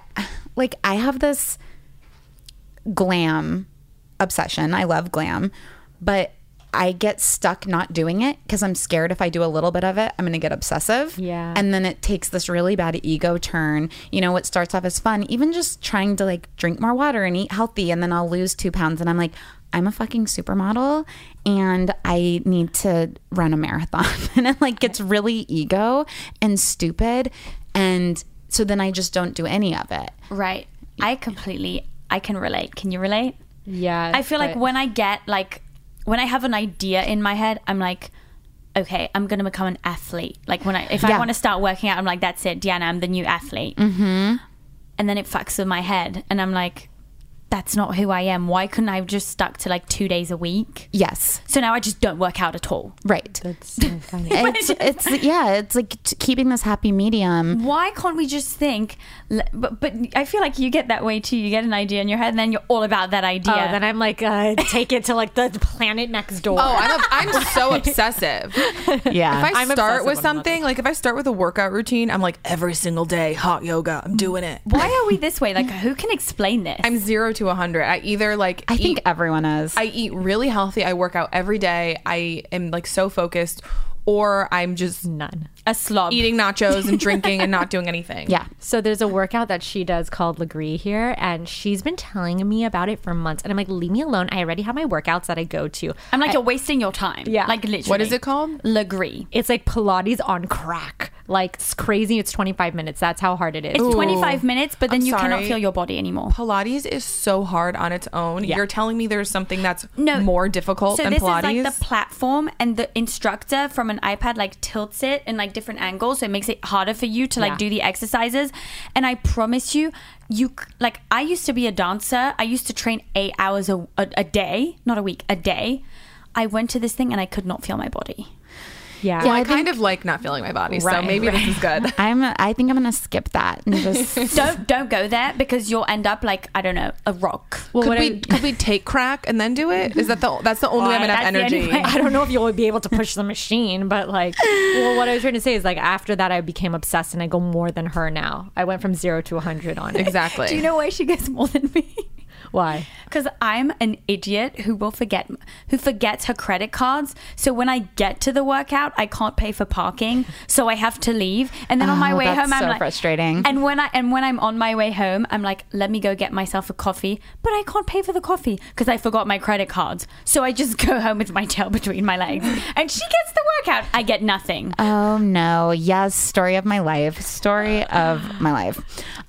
D: like, I have this glam obsession. I love glam, but I get stuck not doing it because I'm scared if I do a little bit of it, I'm going to get obsessive.
G: Yeah.
D: And then it takes this really bad ego turn. You know, it starts off as fun, even just trying to like drink more water and eat healthy. And then I'll lose two pounds. And I'm like, I'm a fucking supermodel and I need to run a marathon. and it like gets really ego and stupid. And so then I just don't do any of it.
F: Right. I completely I can relate. Can you relate?
G: Yeah,
F: I feel like
G: but-
F: when I get like when I have an idea in my head, I'm like okay, I'm going to become an athlete. Like when I if I
D: Yeah.
F: want to start working out, I'm like that's it, Deanna, I'm the new athlete. And then it fucks with my head and I'm like that's not who I am. Why couldn't I have just stuck to like 2 days a week?
D: Yes.
F: So now I just don't work out at all.
D: Right.
G: That's so funny.
D: it's, it's yeah it's like t- keeping this happy medium
F: Why can't we just think le- but but I feel like you get that way too. You get an idea in your head and then you're all about that idea.
G: Oh, then I'm like, uh, take it to like the planet next door.
E: Oh, I'm, a, I'm so obsessive.
D: yeah
E: If I start
G: I'm obsessive
E: with
G: when I'm not
E: something, like if I start with a workout routine, I'm like every single day hot yoga. I'm doing it.
F: Why are we this way? Like, who can explain this?
E: I'm zero to a hundred. I either like
D: i think
E: eat-
D: everyone is
E: I eat really healthy. I work out every day. I am like so focused, or I'm just
G: None.
F: a slob.
E: eating nachos and drinking and not doing anything.
D: yeah
G: So there's a workout that she does called Legree here, and she's been telling me about it for months. And I'm like, leave me alone. I already have my workouts that I go to.
F: I'm like, you're wasting your time.
G: Yeah.
F: Like, literally.
E: What is it called?
F: Legree.
G: It's like Pilates on crack. Like it's crazy. It's 25 minutes. That's how hard it is.
F: It's 25 minutes, but then
E: I'm
F: you cannot
E: sorry.
F: feel your body anymore.
E: Pilates is so hard on its own. You're telling me there's something that's
F: No,
E: more difficult
F: so
E: than
F: this
E: Pilates.
F: is like the platform, and the instructor from an iPad like tilts it in like different angles, so it makes it harder for you to like
G: Yeah.
F: do the exercises. And I promise you, you c- like I used to be a dancer. I used to train eight hours a, a, a day, not a week, a day. I went to this thing and I could not feel my body.
G: Yeah.
E: I, kind of like not feeling my body, so
G: Right,
E: maybe this is good.
D: I'm. I think I'm gonna skip that and just.
F: Don't don't go there because you'll end up like I don't know a rock.
G: Well,
E: could
G: what
E: we
G: I-
E: could we take crack and then do it? Is that the that's the only way I'm gonna have
F: That's the only
E: energy?
F: way.
G: I don't know if you'll be able to push the machine, but like, well, what I was trying to say is like after that, I became obsessed and I go more than her now. I went from zero to 100 on it.
E: Exactly.
F: Do you know why she gets more than me?
G: Why?
F: Because I'm an idiot who will forget, who forgets her credit cards. So when I get to the workout, I can't pay for parking, so I have to leave. And then on my
D: Oh,
F: way
D: that's
F: home, I'm
D: so
F: like,
D: frustrating.
F: And when I and when I'm on my way home, I'm like, let me go get myself a coffee, but I can't pay for the coffee because I forgot my credit cards. So I just go home with my tail between my legs, and she gets the workout. I get nothing.
D: Oh no. Yes, story of my life. Story of my life.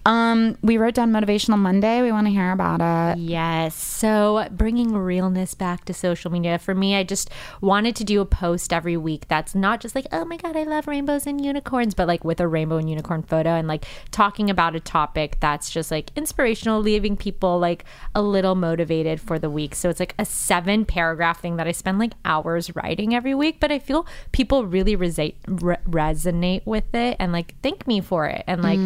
D: Um, we wrote down motivational Monday. We want to hear about it.
G: Yes. So bringing realness back to social media. For me, I just wanted to do a post every week that's not just like, oh my God, I love rainbows and unicorns, but like with a rainbow and unicorn photo and like talking about a topic that's just like inspirational, leaving people like a little motivated for the week. So it's like a seven paragraph thing that I spend like hours writing every week, but I feel people really resate, re- resonate with it and like thank me for it and like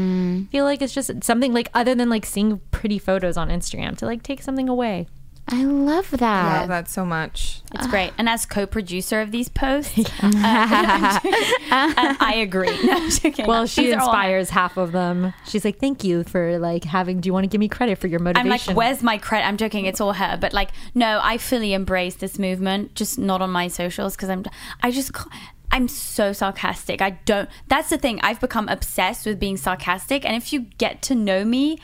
G: feel like it's just something like other than like seeing pretty photos on Instagram to like take something away.
D: I love
E: I
D: that.
E: love that so much.
F: It's great. And as co-producer of these posts, uh, Um, I agree. No, I'm joking.
G: Well, she
F: These are all mine.
G: inspires half of them. She's like, "Thank you for like having. Do you want to give me credit for your
F: I'm
G: motivation?"
F: like, where's my credit? I'm joking, it's all her. But like, no, I fully embrace this movement, just not on my socials because I'm, I just, ca- I'm so sarcastic. I don't, that's the thing. I've become obsessed with being sarcastic. And if you get to know me,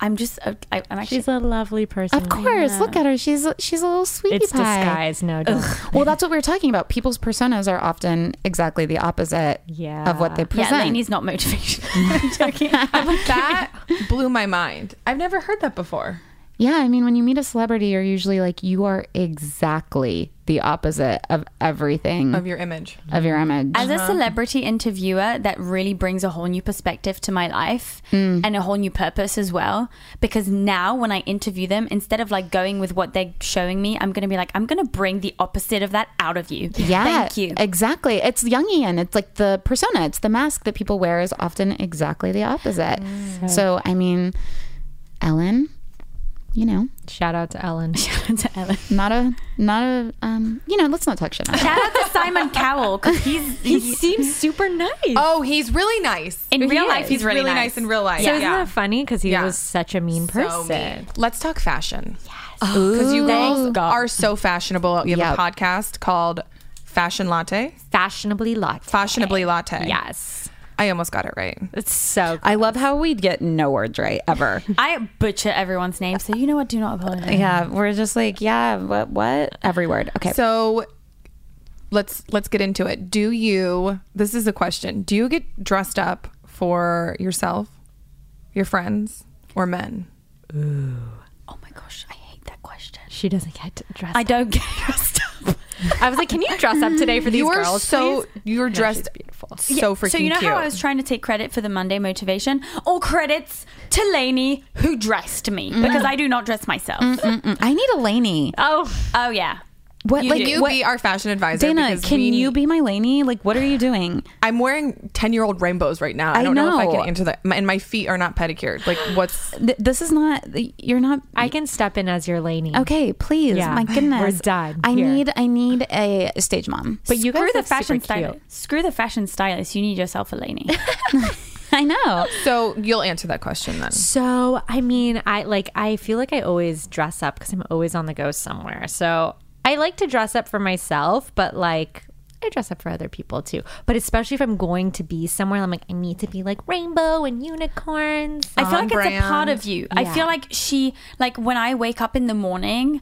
F: I'm just, I, I'm actually,
G: She's a lovely person.
D: Of course. Look at her. She's a- she's a little sweetie
G: Oh, it's
D: pie.
G: disguised. No, don't.
D: Well, that's what we were talking about. People's personas are often exactly the opposite
G: Yeah.
D: of what they
F: yeah,
D: present.
F: Lainey's not motivation. I'm joking.
E: That blew my mind. I've never heard that before.
D: Yeah, I mean, when you meet a celebrity, you're usually like, you are exactly the opposite of everything
E: Of your image.
D: of your image.
F: As a celebrity interviewer, that really brings a whole new perspective to my life and a whole new purpose as well. Because now, when I interview them, instead of like going with what they're showing me, I'm going to be like, I'm going to bring the opposite of that out of you.
D: yeah,
F: Thank you.
D: Exactly. It's Jungian. It's like the persona, it's the mask that people wear is often exactly the opposite. So, I mean, Ellen, you know,
G: Shout out to Ellen.
F: to Ellen.
D: not a, not a, um, you know, let's not talk shit on her.
F: Shout out to Simon Cowell because he's,
G: he seems super nice.
E: Oh, he's really nice.
F: in real
G: is.
F: life, he's, really, nice.
E: in real life.
G: So isn't that funny? Because he
E: Yeah.
G: was such a mean
E: So
G: person.
E: mean. Let's talk fashion. Because you girls are so fashionable. You
D: Yep.
E: have a podcast called Fashion Latte.
G: Fashionably latte.
E: Fashionably Latte.
G: Yes.
E: I almost got it right.
G: It's so.
D: I love how we get no words right ever.
F: I butcher everyone's name, so you know what? Do not apologize.
D: yeah, we're just like, yeah, what, what? Every word. Okay.
E: So let's let's get into it. Do you this is a question. Do you get dressed up for yourself, your friends, or men?
F: Oh my gosh, I hate that question.
G: She doesn't get dressed.
F: I don't get your stuff.
G: I was like, can you dress up today for these
E: you are
G: girls?
E: so
G: please?"
E: you're
G: No,
E: dressed
G: she's beautiful.
E: so freaking
F: So you know
E: cute.
F: how I was trying to take credit for the Monday motivation? All credits to Lainey who dressed me because I do not dress myself.
D: Mm. I need a Laney.
G: Oh,
F: Oh yeah.
D: What, like,
E: Can you
D: what,
E: be our fashion advisor?
D: Dana,
E: because
D: can
E: we-
D: you be my Laney? Like, what are you doing?
E: I'm wearing ten year old rainbows right now. I,
D: I
E: don't know. if
D: know.
E: I can answer that. My- And my feet are not pedicured. Like what's
D: Th- this is not, you're not.
G: I can step in as your Lainey.
D: Okay, please.
G: Yeah.
D: My goodness.
G: We're done.
D: I
G: Here.
D: need I need a stage mom.
G: But you guys
F: Screw the
G: look super
F: fashion
G: cute.
F: stylist. Screw the fashion stylist. You need yourself a Lainey.
D: I know.
E: so you'll answer that question then.
G: So, I mean, I like I feel like I always dress up cuz I'm always on the go somewhere. So, I like to dress up for myself, but like I dress up for other people too. But especially if I'm going to be somewhere, I'm like I need to be like rainbow and unicorns.
F: I feel
E: On
F: like it's a part
E: brand.
F: of you. I feel like she like when I wake up in the morning,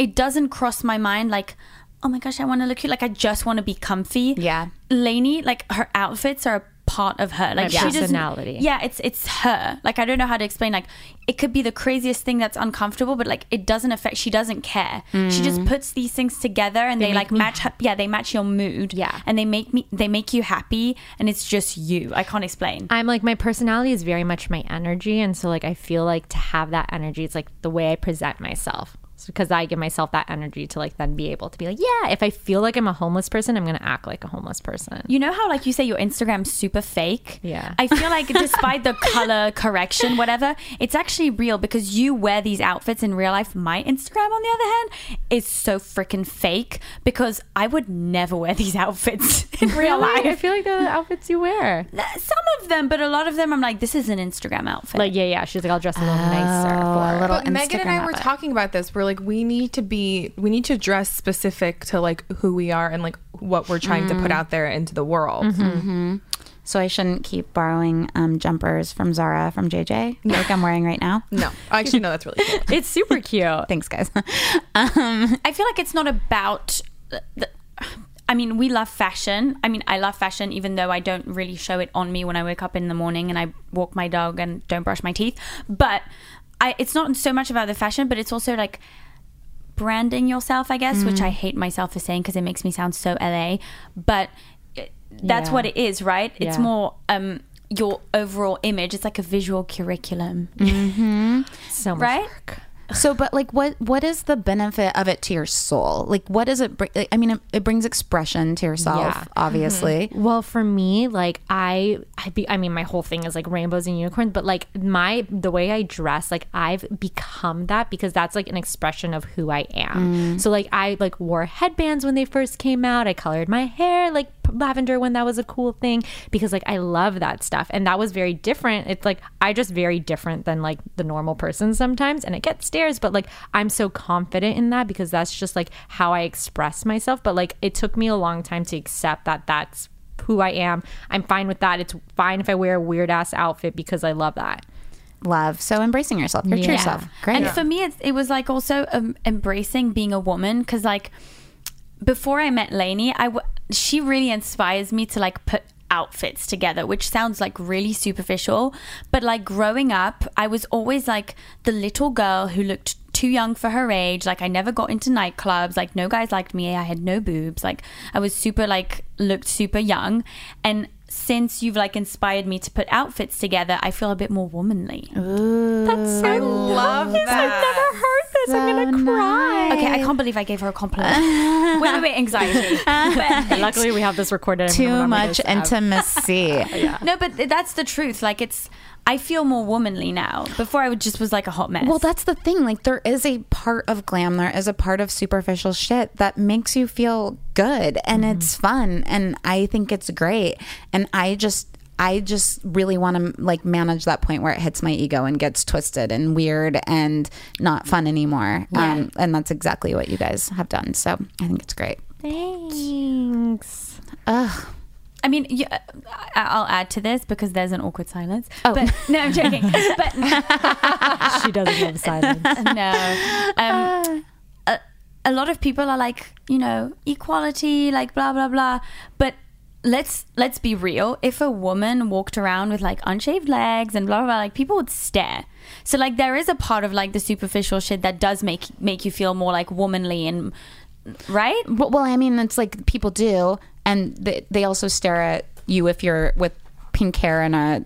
F: it doesn't cross my mind like oh my gosh, I want to look cute. Like I just want to be comfy.
D: Yeah.
F: Lainey, like her outfits are a part of her. Like
G: Her
F: she doesn't-
G: personality.
F: yeah, it's it's her. Like I don't know how to explain. Like it could be the craziest thing that's uncomfortable, but like it doesn't affect. She doesn't care. She just puts these things together and they, like match. Her, yeah, they match your mood.
G: Yeah.
F: and they make me they make you happy, and it's just you. I can't explain.
G: I'm like my personality is very much my energy, and so like I feel like to have that energy, it's like the way I present myself. It's because I give myself that energy to like then be able to be like, yeah, if I feel like I'm a homeless person, I'm gonna act like a homeless person.
F: You know how, like you say, your Instagram's super fake?
G: Yeah.
F: I feel like, despite the color correction, whatever, it's actually real because you wear these outfits in real life. My Instagram, on the other hand, is so freaking fake because I would never wear these outfits in real
G: Really? I
F: life.
G: feel like they're the outfits you wear.
F: Some of them, but a lot of them, I'm like, this is an Instagram outfit.
G: Like yeah, yeah. She's like, I'll dress a little nicer. For it.
D: little
G: But-
E: But Megan and
D: Instagram
E: I were
D: outfit.
E: talking about this. We're like, we need to be, we need to dress specific to like who we are and like what we're trying to
F: Mm.
E: put out there into the world.
F: Mm-hmm.
D: So I shouldn't keep borrowing um, jumpers from Zara from JJ like I'm wearing right now.
E: No, actually, no, that's really cool.
G: it's super cute.
D: Thanks, guys.
F: Um, I feel like it's not about. The, I mean, we love fashion. I mean, I love fashion, even though I don't really show it on me when I wake up in the morning and I walk my dog and don't brush my teeth. But I, it's not so much about the fashion, but it's also like branding yourself, I guess,
G: Mm.
F: which I hate myself for saying because it makes me sound so LA. But it, that's
G: Yeah.
F: what it is, right? It's
G: Yeah.
F: more um, your overall image. It's like a visual curriculum,
G: Mm-hmm. So much.
F: right?
D: so, but like, what what is the benefit of it to your soul? Like, what does it bring? Like, I mean, it, it brings expression to yourself,
G: Yeah.
D: obviously.
G: Well, for me, like I, I, be, I mean, my whole thing is like rainbows and unicorns. But like my, the way I dress, like I've become that because that's like an expression of who I am. So like I like wore headbands when they first came out. I colored my hair like p- lavender when that was a cool thing because like I love that stuff. And that was very different. It's like I just very different than like the normal person sometimes, and it gets stares. But like I'm so confident in that because that's just like how I express myself. But like it took me a long time to accept that that's who I am. I'm fine with that. It's fine if I wear a weird ass outfit because I love that.
D: Love. So embracing yourself, your true
G: Yeah.
D: self. Great.
F: And for me, it's, it was like also um, embracing being a woman because like before I met Lainey, I w- she really inspires me to like put outfits together, which sounds like really superficial, but like growing up, I was always like the little girl who looked too young for her age. Like I never got into nightclubs. Like no guys liked me. I had no boobs. Like I was super like looked super young. And since you've like inspired me to put outfits together, I feel a bit more womanly.
G: That's so I
E: love
G: this.
E: that.
G: I've never heard this. I'm gonna cry.
F: Okay, I can't believe I gave her a compliment. wait, wait, wait, anxiety. But-
G: Luckily, we have this recorded. I'm gonna
D: Too
G: remember
D: much
G: this out.
D: intimacy.
F: no, but th- that's the truth. Like, it's, I feel more womanly now. Before I would just was like a hot mess.
D: Well, that's the thing. Like, there is a part of glam, there is a part of superficial shit that makes you feel good and it's fun. And I think it's great. And I just, I just really want to like manage that point where it hits my ego and gets twisted and weird and not fun anymore. Um, and that's exactly what you guys have done. So I think it's great.
G: Thanks.
D: Ugh.
F: I mean, you, uh, I- I'll add to this because there's an awkward silence. Oh. But, no, I'm joking. but
G: She doesn't love silence.
F: no. Um, a, a lot of people are like, you know, equality, like blah blah blah. But let's let's be real. If a woman walked around with like unshaved legs and blah blah, blah like people would stare. So like there is a part of like the superficial shit that does make make you feel more like womanly and right.
D: But, well, I mean, it's like people do. And they, they also stare at you if you're with pink hair and a.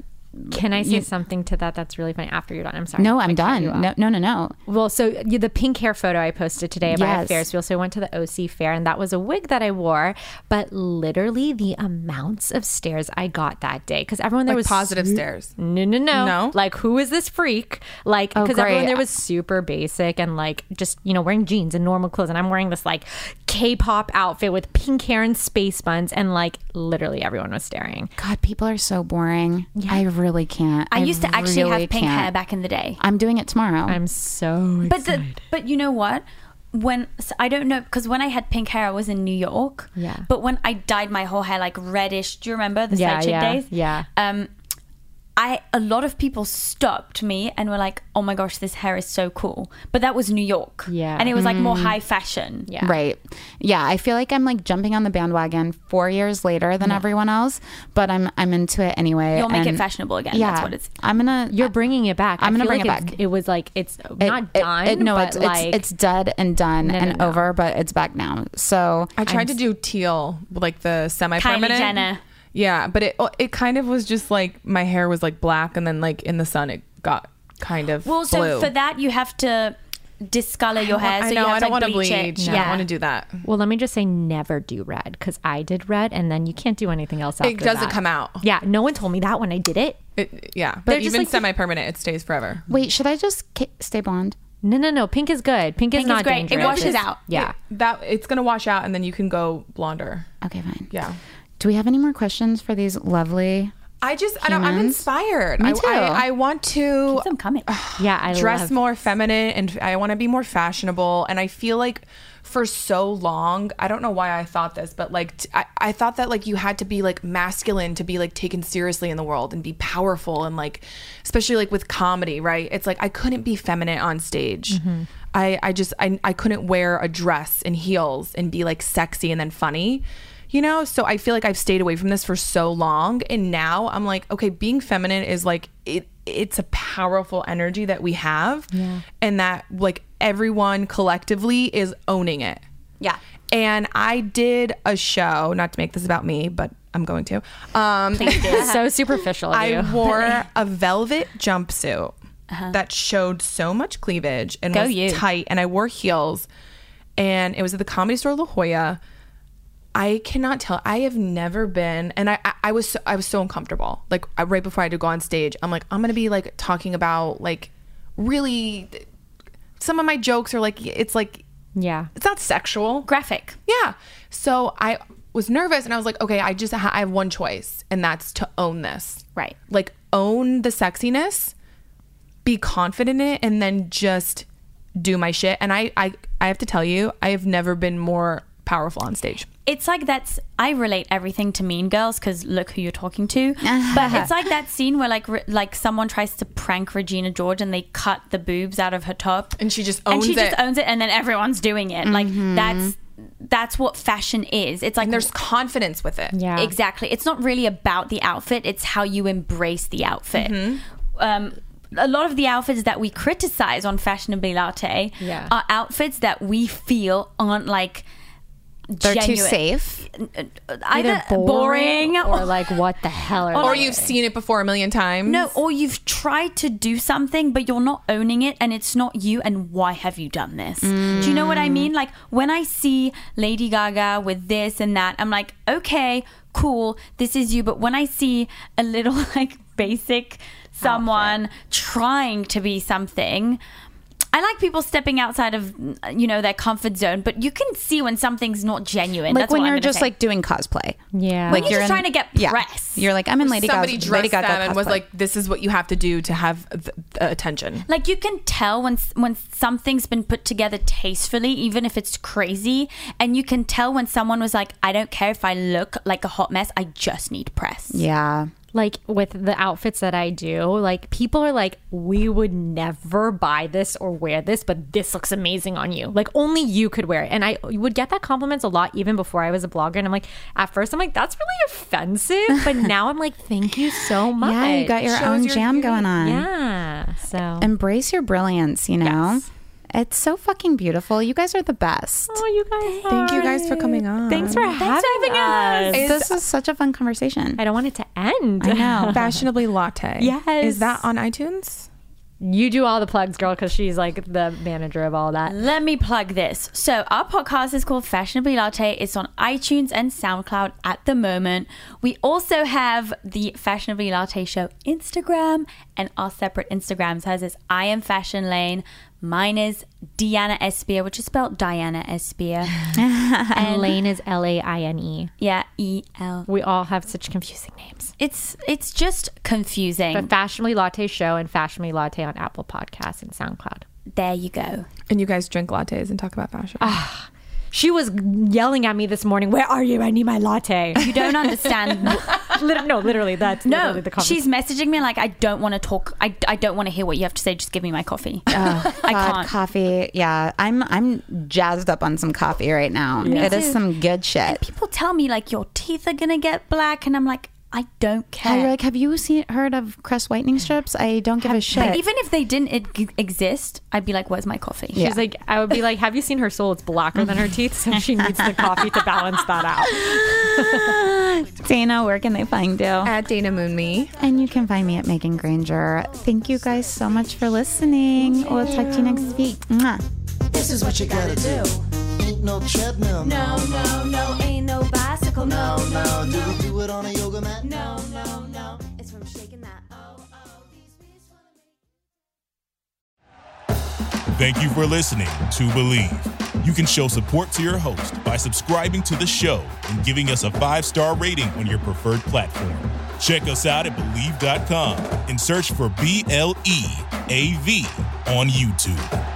G: Can I say something to that? That's really funny. After you're done, I'm sorry.
D: No,
G: I
D: I'm
G: cut you
D: done.
G: off.
D: No, no, no, no.
G: Well, so you, the pink hair photo I posted today about
D: Yes.
G: at Ferris wheel. So I went to the OC fair, and that was a wig that I wore. But literally, the amounts of stares I got that day because everyone there
E: Like
G: was
E: positive stairs.
G: No, no, no,
E: No?
G: Like, who is this freak? Like, because everyone
D: great.
G: there was super basic and like just you know wearing jeans and normal clothes, and I'm wearing this like K-pop outfit with pink hair and space buns, and like literally everyone was staring.
D: God, people are so boring. I really can't.
F: I, used to actually
D: really
F: have pink hair
D: can't.
F: back in the day.
D: I'm doing it tomorrow.
G: I'm so
F: But the, but you know what? When so I don't know because when I had pink hair, I was in New York.
G: Yeah.
F: But when I dyed my whole hair like reddish, do you remember the
G: yeah,
F: side chick
G: yeah,
F: days?
G: yeah.
F: Um, I a lot of people stopped me and were like, "Oh my gosh, this hair is so cool." But that was New York,
G: Yeah. Mm.
F: and it was like more high fashion. Yeah,
D: Right. Yeah, I feel like I'm like jumping on the bandwagon 4 years later than everyone else, but I'm I'm into it anyway.
F: you'll make it
D: and-
F: fashionable again.
D: Yeah.
F: That's what it's.
D: I'm going to
G: You're bringing it back.
D: I'm
G: I
D: gonna
G: feel
D: bring
G: like
D: it
G: it's-
D: back.
G: It was like it's not done.
D: no,
G: but
D: it's,
G: like
D: it's it's dead and done
G: No, no,
D: and
G: no.
D: over, but it's back now. So
E: I tried to do teal, like the semi-permanent.
F: Kylie Jenner.
E: Yeah, but it it kind of was just like my hair was like black, and then like in the sun it got kind of
F: Well, so
E: blue.
F: for that you have to discolor your hair.
E: I
F: so
E: know
F: you have
E: I don't
F: to like,
E: want to
F: bleach,
E: bleach.
F: it.
E: No, I
F: Yeah,
E: don't want to do that.
G: Well, let me just say, never do red because I did red, and then you can't do anything else. After
E: It doesn't
G: that.
E: come out.
G: Yeah, no one told me that when I did it.
E: It, yeah,
G: They're
E: but
G: just
E: even
G: like the-
E: semi-permanent, it stays forever.
D: Wait, should I just ca- stay blonde?
G: No, no, no. Pink is good. Pink,
F: Pink
G: is
F: is
G: not
F: great. It
G: dangerous.
F: washes out.
G: Yeah.
E: that it's gonna wash out, and then you can go blonder.
D: Okay, fine.
E: Yeah.
D: Do we have any more questions for these lovely?
E: I just I don't, I'm
D: Humans.
E: inspired.
D: Me
E: I,
D: too.
E: I, I want to
F: Keep them coming.
G: Yeah, I
E: dress
G: love-
E: more feminine and I want to be more fashionable. And I feel like for so long, I don't know why I thought this, but like t- I, I thought that like you had to be like masculine to be like taken seriously in the world and be powerful and like especially like with comedy, right? It's like I couldn't be feminine on stage. I, I just I, I couldn't wear a dress and heels and be like sexy and then funny. You know, so I feel like I've stayed away from this for so long and now I'm like, okay, being feminine is like it it's a powerful energy that we have and that like everyone collectively is owning it.
F: Yeah.
E: And I did a show, not to make this about me, but I'm going to. Um
G: It's so superficial. Of you. Uh-huh.
E: I wore a velvet jumpsuit that showed so much cleavage and
F: Go
E: was
F: you.
E: tight, and I wore heels, and it was at the Comedy Store La Jolla. I cannot tell. I have never been, and I, I, I was so, I was so uncomfortable. Like I, right before I had to go on stage, I'm like, I'm gonna be like talking about like really. Some of my jokes are like it's like
G: Yeah.
E: it's not sexual.
F: Graphic.
E: Yeah. So I was nervous and I was like, okay, I just ha- I have one choice and that's to own this.
F: Right.
E: Like own the sexiness, be confident in it and then just do my shit. And I I I have to tell you, I have never been more powerful on stage.
F: it's like that's I relate everything to Mean Girls because look who you're talking to.
D: Uh-huh.
F: but it's like that scene where like re- like someone tries to prank Regina George and they cut the boobs out of her top,
E: And she just
F: and she
E: owns
F: just
E: it.
F: owns it, and then everyone's doing it.
D: Mm-hmm.
F: Like that's that's what fashion is. It's like
E: There's confidence with it.
G: Yeah.
F: exactly. It's not really about the outfit; it's how you embrace the outfit.
E: Mm-hmm.
F: Um, a lot of the outfits that we criticize on Fashionably Latte
G: Yeah.
F: are outfits that we feel aren't like
D: They're too
F: genuine
D: safe.
F: either boring,
G: or like what the hell are
E: Or
G: they?
E: you've seen it before a million times.
F: no, or you've tried to do something but you're not owning it and it's not you and why have you done this? Do you know
D: Mm.
F: what I mean? Like when I see Lady Gaga with this and that, I'm like, "Okay, cool. This is you." But when I see a little like basic someone trying to be something, I like people stepping outside of you know their comfort zone, but you can see when something's not genuine.
D: Like
F: That's
D: when
F: what I'm
D: you're
F: gonna
D: just
F: say.
D: like doing cosplay.
G: Yeah.
D: Like
G: When
F: you're
D: in-
F: just trying to get
D: yeah.
F: press.
D: You're like I'm in Lady
E: Somebody
D: Gaga. Lady
E: dressed
D: Gaga
E: them and was
D: cosplay.
E: like, "This is what you have to do to have th- the attention."
F: like you can tell when when something's been put together tastefully even if it's crazy and you can tell when someone was like i don't care if i look like a hot mess i just need press
D: yeah.
G: like with the outfits that I do, like people are like, we would never buy this or wear this, but this looks amazing on you. Like only you could wear it. And I would get that compliments a lot even before I was a blogger. And I'm like, at first I'm like, that's really offensive. But now I'm like, thank you so much.
D: Yeah, you got your own jam going on.
G: Yeah. So
D: Embrace your brilliance, you know? It's so fucking beautiful. You guys are the best.
G: Oh, you guys.
E: Thank you guys for
G: are-
E: coming on.
G: Thanks for having us.
D: this is such a fun conversation.
G: I don't want it to end.
D: I know.
E: Fashionably latte.
G: Yes.
E: Is that on iTunes?
G: You do all the plugs, girl, because she's like the manager of all that.
F: let me plug this. So, our podcast is called Fashionably Latte. It's on iTunes and SoundCloud at the moment. We also have the Fashionably Latte Show Instagram, and our separate Instagrams. Hers is I am Fashion Lane. Mine is Deanna Espier, which is spelled Diana Espier.
G: And Lane is L A I N E.
F: Yeah, E L.
G: We all have such confusing names.
F: It's it's just confusing.
G: But Fashionably Latte Show and Fashionably Latte on Apple Podcasts and SoundCloud.
F: there you go.
E: And you guys drink lattes and talk about fashion.
G: She was yelling at me this morning, Where are you? I need my latte.
F: You don't understand
G: Lit- no, literally, that's
F: No,
G: literally the conversation.
F: she's messaging me like, I don't want to talk. I, I don't want to hear what you have to say. Just give me my coffee. I
H: God,
F: can't.
H: coffee. Yeah, I'm I'm jazzed up on some coffee right now. It is some good shit.
F: People tell me like your teeth are gonna get black, and I'm like, I don't
H: And
F: care.
H: you're like, have you seen heard of Crest whitening strips? I don't give a shit.
F: But even if they didn't e- exist, I'd be like, where's my coffee?
H: Yeah.
G: She's like, I would be like, have you seen her soul? It's blacker than her teeth, so she needs the coffee to balance that out.
H: Dana, where can they find you?
E: At Dana Moon Me.
H: And you can find me at Megan Granger. Thank you guys so much for listening. We'll talk to you next week. Mwah.
C: This is what you gotta do.
I: Ain't no treadmill.
C: No, no, no, ain't no bicycle. No, no,
I: Do we do it on a yoga mat?
C: no, no, no. It's from shaking that. Oh, oh, these beats wanna make-
A: Thank you for listening to Believe. You can show support to your host by subscribing to the show and giving us a five star rating on your preferred platform. Check us out at Believe.com and search for B L E A V on YouTube.